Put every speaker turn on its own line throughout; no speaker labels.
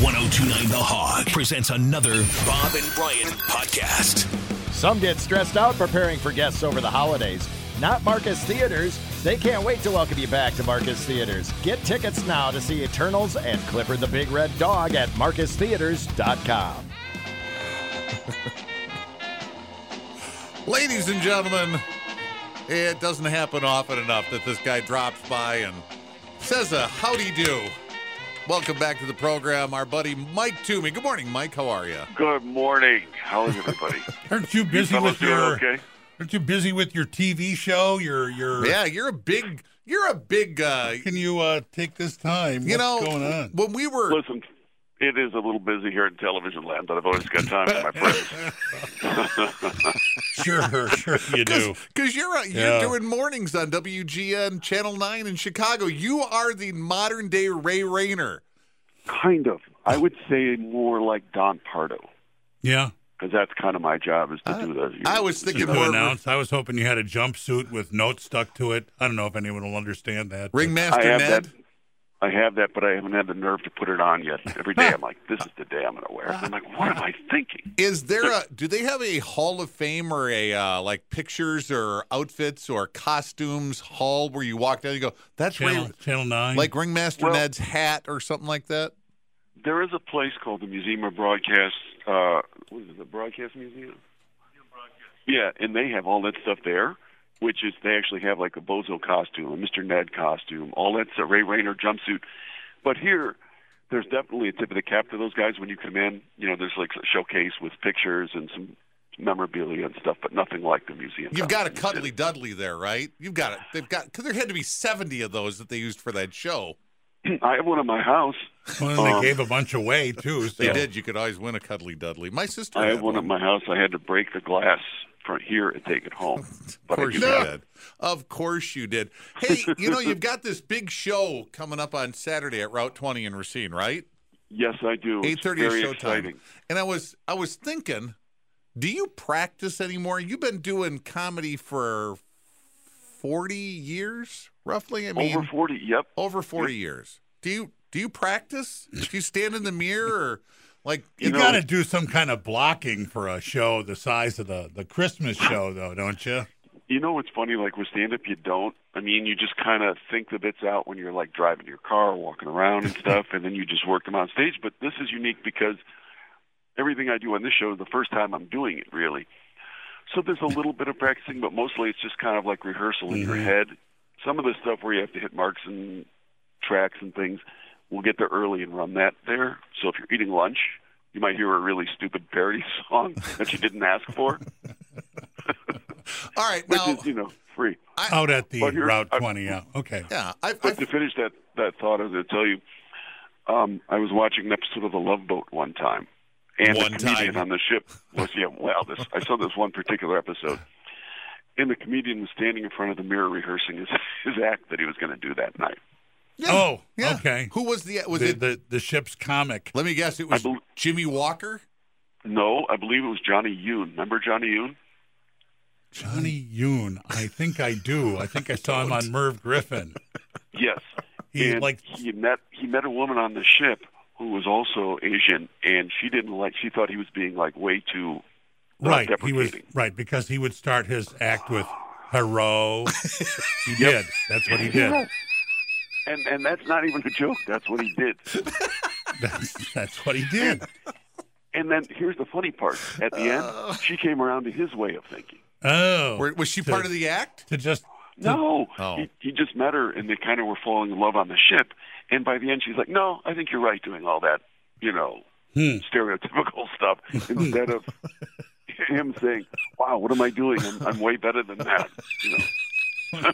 1029 The Hog presents another Bob and Brian podcast.
Some get stressed out preparing for guests over the holidays. Not Marcus Theaters. They can't wait to welcome you back to Marcus Theaters. Get tickets now to see Eternals and Clifford the Big Red Dog at marcustheaters.com.
Ladies and gentlemen, it doesn't happen often enough that this guy drops by and says a howdy do. Welcome back to the program, our buddy Mike Toomey. Good morning, Mike. How are you?
Good morning. How is everybody?
Aren't you busy
fellas
with your?
doing okay?
Aren't you busy with your TV show? Your your.
Yeah, you're a big, you're a big guy.
Can you uh, take this time?
you
What's
know,
going on?
when we were
Listen, it is a little busy here in television land, but I've always got time for my friends.
Sure, sure you do.
because you're uh, you're
Yeah.
doing mornings on WGN Channel Nine in Chicago. You are the modern day Ray Rayner.
Kind of. I would say more like Don Pardo,
Yeah.
because that's kind of my job is to do that.
I was thinking
Just to
more
announce, I was hoping you had a jumpsuit with notes stuck to it. I don't know if anyone will understand that. but-
Ringmaster
I have
Ned.
that. I have that, but I haven't had the nerve to put it on yet. Every day I'm like, this is the day I'm going to wear it. I'm like, what am I thinking?
Is there a? Do they have a Hall of Fame or a uh, like pictures or outfits or costumes hall where you walk down and you go, that's
Channel,
Ray,
Channel Nine.
like Ringmaster
Well-
Ned's hat or something like that?
There is a place called the Museum of Broadcast. Uh, what is it? The Broadcast Museum. Yeah, and they have all that stuff there, which is they actually have like a Bozo costume, a Mr. Ned costume, all that's a Ray Rayner jumpsuit. But here, there's definitely a tip of the cap to those guys when you come in. You know, there's like a showcase with pictures and some memorabilia and stuff, but nothing like the museum.
You've got a Cuddly Dudley there, right? You've got it. They've got because there had to be seventy of those that they used for that show.
I have one in my house.
Well, and they gave a bunch away too. So.
uh, They did. You could always win a Cuddly Dudley. My sister.
I
had
have one at my house. I had to break the glass from here and take it home.
Of
But I
course
do
you
have it.
did. Of course you did. Hey, you know you've got this big show coming up on Saturday at Route 20 in Racine, right?
Yes, I do. It's
Eight thirty is
very
showtime.
exciting.
And I was I was thinking, do you practice anymore? You've been doing comedy for forty years, roughly. I mean,
Over 40, yep.
over forty years. Do you do you practice? Do you stand in the mirror or like?
You,
know-
got to do some kind of blocking for a show the size of the the Christmas show, though, don't you?
You know what's funny? Like with stand up, you don't. I mean, you just kind of think the bits out when you're like driving your car, walking around and stuff, and then you just work them on stage. But this is unique because everything I do on this show is the first time I'm doing it, really. So there's a little bit of practicing, but mostly it's just kind of like rehearsal in your head. Some of the stuff where you have to hit marks and tracks and things, we'll get there early and run that there. So if you're eating lunch, you might hear a really stupid parody song that you didn't ask for,
all right,
which
now
is, you know, free.
Out at the
Well, here- uh,
Route
I-
20. Yeah. Okay.
yeah, I've,
But
I've,
to finish that that thought, I was going to tell you, um, I was watching an episode of The Love Boat one time, and
One
the comedian
time.
on the ship was yeah. Well, this I saw this one particular episode, and the comedian was standing in front of the mirror rehearsing his his act that he was going to do that night.
yeah,
Oh,
yeah.
okay.
Who was the was
the,
it?
the the ship's comic?
let me guess. It was
bel-
Jimmy Walker.
No, I believe it was Johnny Yoon. Remember Johnny Yoon?
Johnny Yoon. I think I do. I think I saw him on Merv Griffin.
Yes.
He
and
like
he met he met a woman on the ship who was also Asian, and she didn't like. She thought he was being like way too
right. He was
self-deprecating.
right because he would start his act with "hello." He did. That's what he did.
and and that's not even a joke. That's what he did.
That's, that's what he did.
And then here's the funny part. At the end, she came around to his way of thinking.
Oh,
Were- Was she
to,
part of the act?
to just
No,
Oh.
he, he just met her, and they kind of were falling in love on the ship. And by the end, she's like, "No, I think you're right doing all that, you know,
Hmm.
stereotypical stuff." Instead of him saying, "Wow, what am I doing? I'm, I'm way better than that." You know,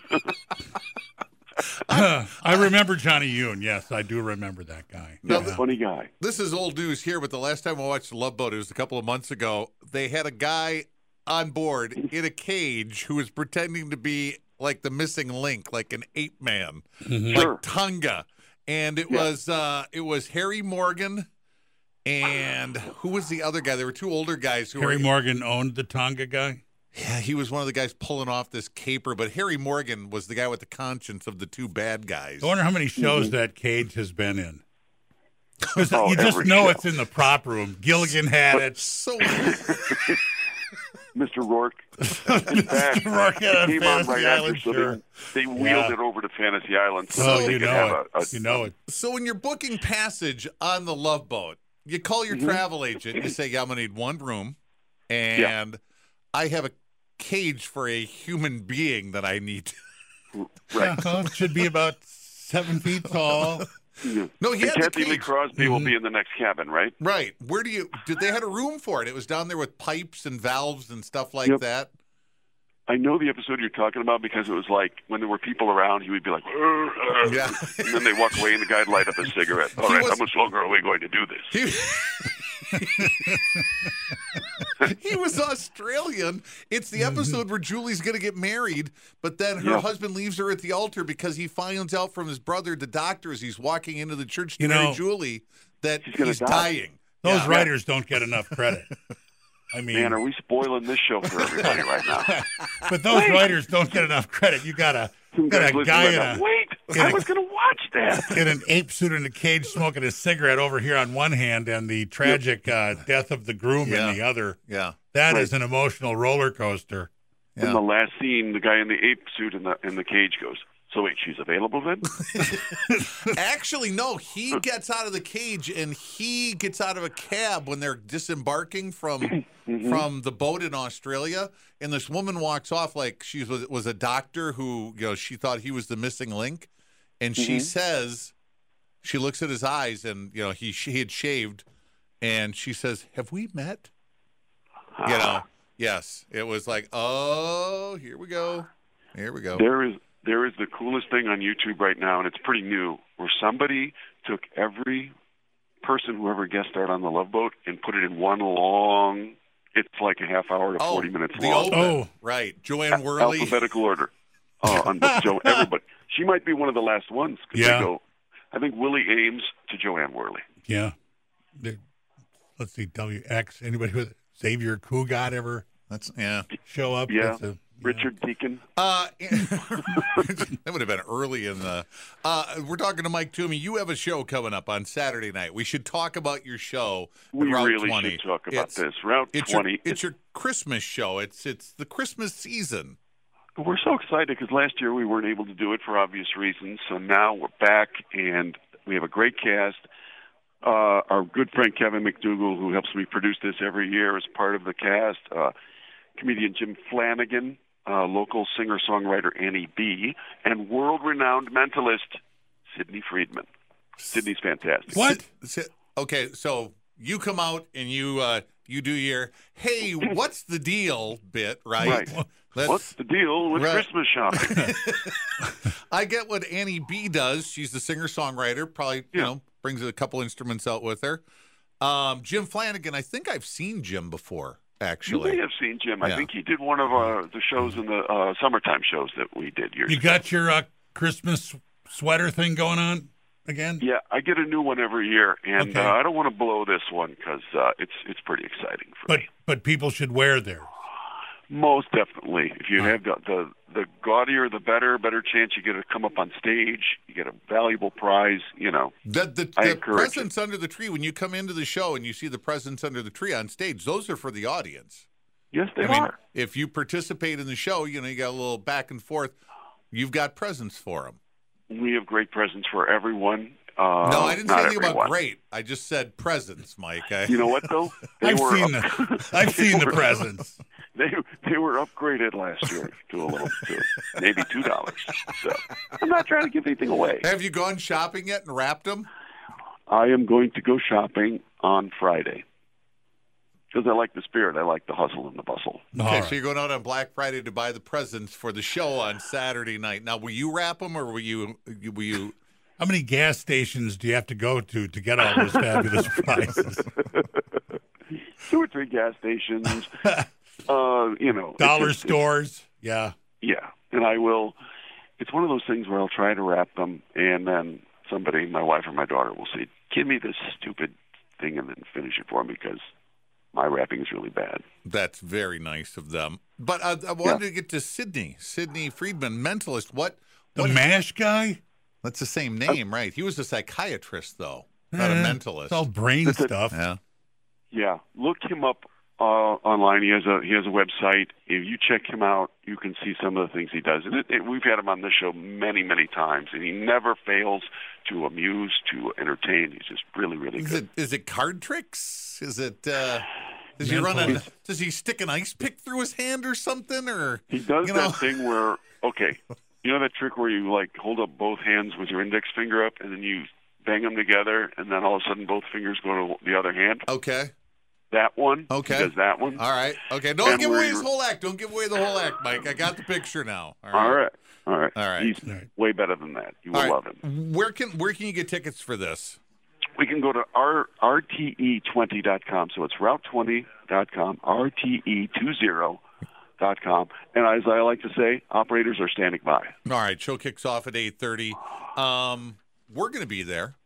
I remember Johnny Yoon. Yes, I do remember that guy.
No,
Yeah.
funny guy.
This is old news here, but the last time I watched Love Boat, it was a couple of months ago. They had a guy on board in a cage who was pretending to be like the missing link, like an ape man,
Hmm.
Sure.
like Tonga. And it
Yeah.
was uh it was Harry Morgan and who was the other guy? There were two older guys who
Harry
were
Morgan owned the Tonga guy.
Yeah, he was one of the guys pulling off this caper, but Harry Morgan was the guy with the conscience of the two bad guys.
Mm-hmm.
I wonder how many shows that Cage has been in. 'Cause
Oh,
you just
every
know
show.
it's in the prop room. Gilligan had it.
So
Mr. Rourke. In fact,
Mr. Rourke had it
it
on
came on
Fantasy
right
Island,
after, so
sure.
they, they wheeled
Yeah.
it over to Fantasy Island so
Oh,
that they
you
could
know
have a, a
it. You know it.
so when you're booking passage on the Love Boat, you call your travel agent. You say, "Yeah, I'm gonna need one room, and I have a cage for a human being that I need."
right.
Uh-huh. It should be about seven feet tall.
no, he
And
had the
Kathy Lee
cage.
Crosby
Mm-hmm.
will be in the next cabin, right?
Right. Where do you? Did they had a room for it? It was down there with pipes and valves and stuff like
Yep.
that.
I know the episode you're talking about because it was like when there were people around, he would be like, "Arr, arr,"
Yeah.
and then they walk away and the guy'd light up a cigarette. All
He
right,
was-
how much longer are we going to do this?
He, he was Australian. It's the episode where Julie's going to get married, but then her
Yeah.
husband leaves her at the altar because he finds out from his brother, the doctor, as he's walking into the church to
You
marry
know,
Julie, that
he's
he's,
gonna die.
dying.
Those
Yeah.
writers don't get enough credit. I mean,
Man, are we spoiling this show for everybody right now?
but those writers don't get enough credit. You got a
Some
got
guys
a
listening
guy
right
in
now,
a
Wait,
in
I
a-
was going to watch that.
in an ape suit in a cage smoking a cigarette over here on one hand and the tragic uh, death of the groom
Yeah.
in the other.
Yeah.
That is
Right.
an emotional roller coaster.
In
Yeah.
the last scene, the guy in the ape suit in the in the cage goes, "So wait, she's available then?"
Actually, no, he gets out of the cage and he gets out of a cab when they're disembarking from
Mm-hmm.
from the boat in Australia. And this woman walks off like she was, was a doctor who, you know, she thought he was the missing link. And she
Mm-hmm.
says, she looks at his eyes and, you know, he, she had shaved. And she says, Have we met? You know, yes. It was like, Oh, here we go. Here we go.
There is there is the coolest thing on YouTube right now, and it's pretty new, where somebody took every person who ever guest starred on the Love Boat and put it in one long. It's like a half hour to
Oh,
forty minutes
the
long,
old
Oh.
right. Joanne Worley.
alphabetical order. Uh, on the Joe, everybody. She might be one of the last ones. 'cause they
Yeah.
go- I think Willie Ames to Joanne Worley.
Yeah. The- Let's see, WX. Anybody with Xavier Cougat ever
That's, yeah.
show up?
Yeah.
That's a-
Richard Deacon.
Uh, that would have been early in the. Uh, we're talking to Mike Toomey. You have a show coming up on Saturday night. We should talk about your show.
We
Route
really
20.
should talk about
It's-
this. Route
It's your,
20 is
it's your Christmas show. It's it's the Christmas season.
We're so excited because last year we weren't able to do it for obvious reasons. So now we're back and we have a great cast. Uh, our good friend Kevin McDougall, who helps me produce this every year, is part of the cast. Uh, comedian Jim Flanagan, uh, local singer songwriter Annie B., and world renowned mentalist Sidney Friedman. Sidney's fantastic.
What?
So- okay, so you come out and you uh, you do your hey, what's the deal bit, right?
Right.
Let's-
What's the deal with
Right.
Christmas shopping?
I get what Annie B does. She's the singer songwriter. Probably you
Yeah.
know brings a couple instruments out with her. Um, Jim Flanagan. I think I've seen Jim before.
you may
Actually,
have seen Jim.
Yeah.
I think he did one of uh, the shows in the uh, summertime shows that we did years
You
ago.
got your uh, Christmas sweater thing going on again?
Yeah, I get a new one every year, and
Okay.
uh, I don't want to blow this one because uh, it's it's pretty exciting for
But
me.
but people should wear theirs.
Most definitely, if you have the, the the gaudier, the better. Better chance you get to come up on stage. You get a valuable prize. You know,
the the,
I
the
encourage it.
presents under the tree. When you come into the show and you see the presents under the tree on stage, those are for the audience.
yes, they
I mean,
are.
if you participate in the show, you know you got a little back and forth. You've got presents for them.
We have great presents for everyone. Uh,
no, I didn't say
not
anything about
everyone.
great. I just said presents, Mike. I,
You know what though? They
I've
were
seen
up-
the I've
they
seen the
were-
presents.
They they were upgraded last year to a little, to maybe two dollars. So I'm not trying to give anything away.
have you gone shopping yet and wrapped them?
I am going to go shopping on Friday because I like the spirit. I like the hustle and the bustle.
All
Okay,
right.
so you're going out on Black Friday to buy the presents for the show on Saturday night. Now, will you wrap them, or will you? Will you?
How many gas stations do you have to go to to get all those fabulous prizes?
Two or three gas stations, uh, you know, it's
Dollar
just-
stores. Yeah.
Yeah, and I will. It's one of those things where I'll try to wrap them, and then somebody, my wife or my daughter, will say, "Give me this stupid thing," and then finish it for me because my wrapping is really bad.
That's very nice of them. But uh, I wanted to get to Sydney, Sydney Friedman, mentalist. What?
The
what-
MASH guy?
Oh.
That's the same name, right? He was a psychiatrist, though. Not a
Eh,
mentalist.
It's all brain stuff.
yeah.
Yeah, look him up uh, online. He has a he has a website. If you check him out, you can see some of the things he does. And it, it, we've had him on this show many many times, and he never fails to amuse, to entertain. He's just really really
Is
good.
it is it card tricks? Is it uh does he run a,
Mentalist.
does he stick an ice pick through his hand or something or
He does
you know,
that thing where okay, you know that trick where you like hold up both hands with your index finger up, and then you bang them together, and then all of a sudden both fingers go to the other hand.
Okay.
That one.
Okay.
He does that one.
All right. Okay. Don't
And
give
where
away
you-
his whole act. Don't give away the whole act, Mike. I got the picture now. All
All right. All right.
All right.
He's
All right.
way better than that. You will
All right.
love him.
Where can where can you get tickets for this?
we can go to R- E RTE20.com. So it's route20.com, E RTE20.com. And as I like to say, operators are standing by.
All right. Show kicks off at eight thirty. Um, we're gonna be there.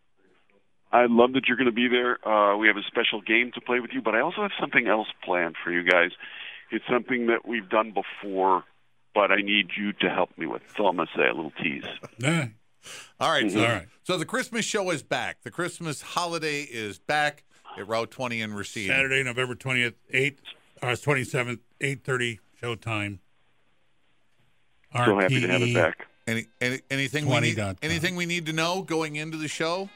I love that you're going to be there. Uh, we have a special game to play with you, but I also have something else planned for you guys. It's something that we've done before, but I need you to help me with. So I'm going to say a little tease.
Yeah.
All right, so,
Mm-hmm.
All right.
So the Christmas show is back. The Christmas holiday is back at Route 20 in Racine.
Saturday, November uh, 20th, 8th, or 27th, 8.30, showtime. E.
So happy to have it
RTE.
back.
Any, any anything we
20
need,
dot com.
anything we need to know going into the show?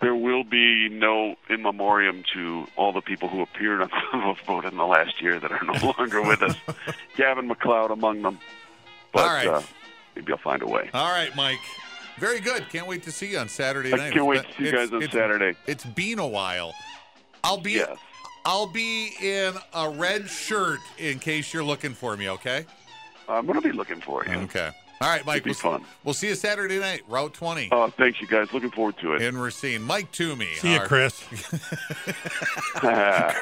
There will be no in memoriam to all the people who appeared on the Wolf Boat in the last year that are no longer with us. Gavin McLeod among them. But
All right.
uh, maybe I'll find a way.
All right, Mike. Very good. Can't wait to see you on Saturday
I
night.
can't wait
It's
to
been-
see you guys on
it's-
Saturday.
It's been a while. I'll be
Yes.
I'll be in a red shirt in case you're looking for me. Okay.
I'm going to be looking for you.
Okay. All right, Mike.
be
We'll,
fun.
we'll see you Saturday night, Route 20
Uh, thanks, you guys. Looking forward to it.
in Racine. Mike Toomey.
See you,
our-
Chris.
Yeah,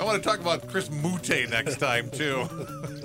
I want to talk about Chris Mute next time too.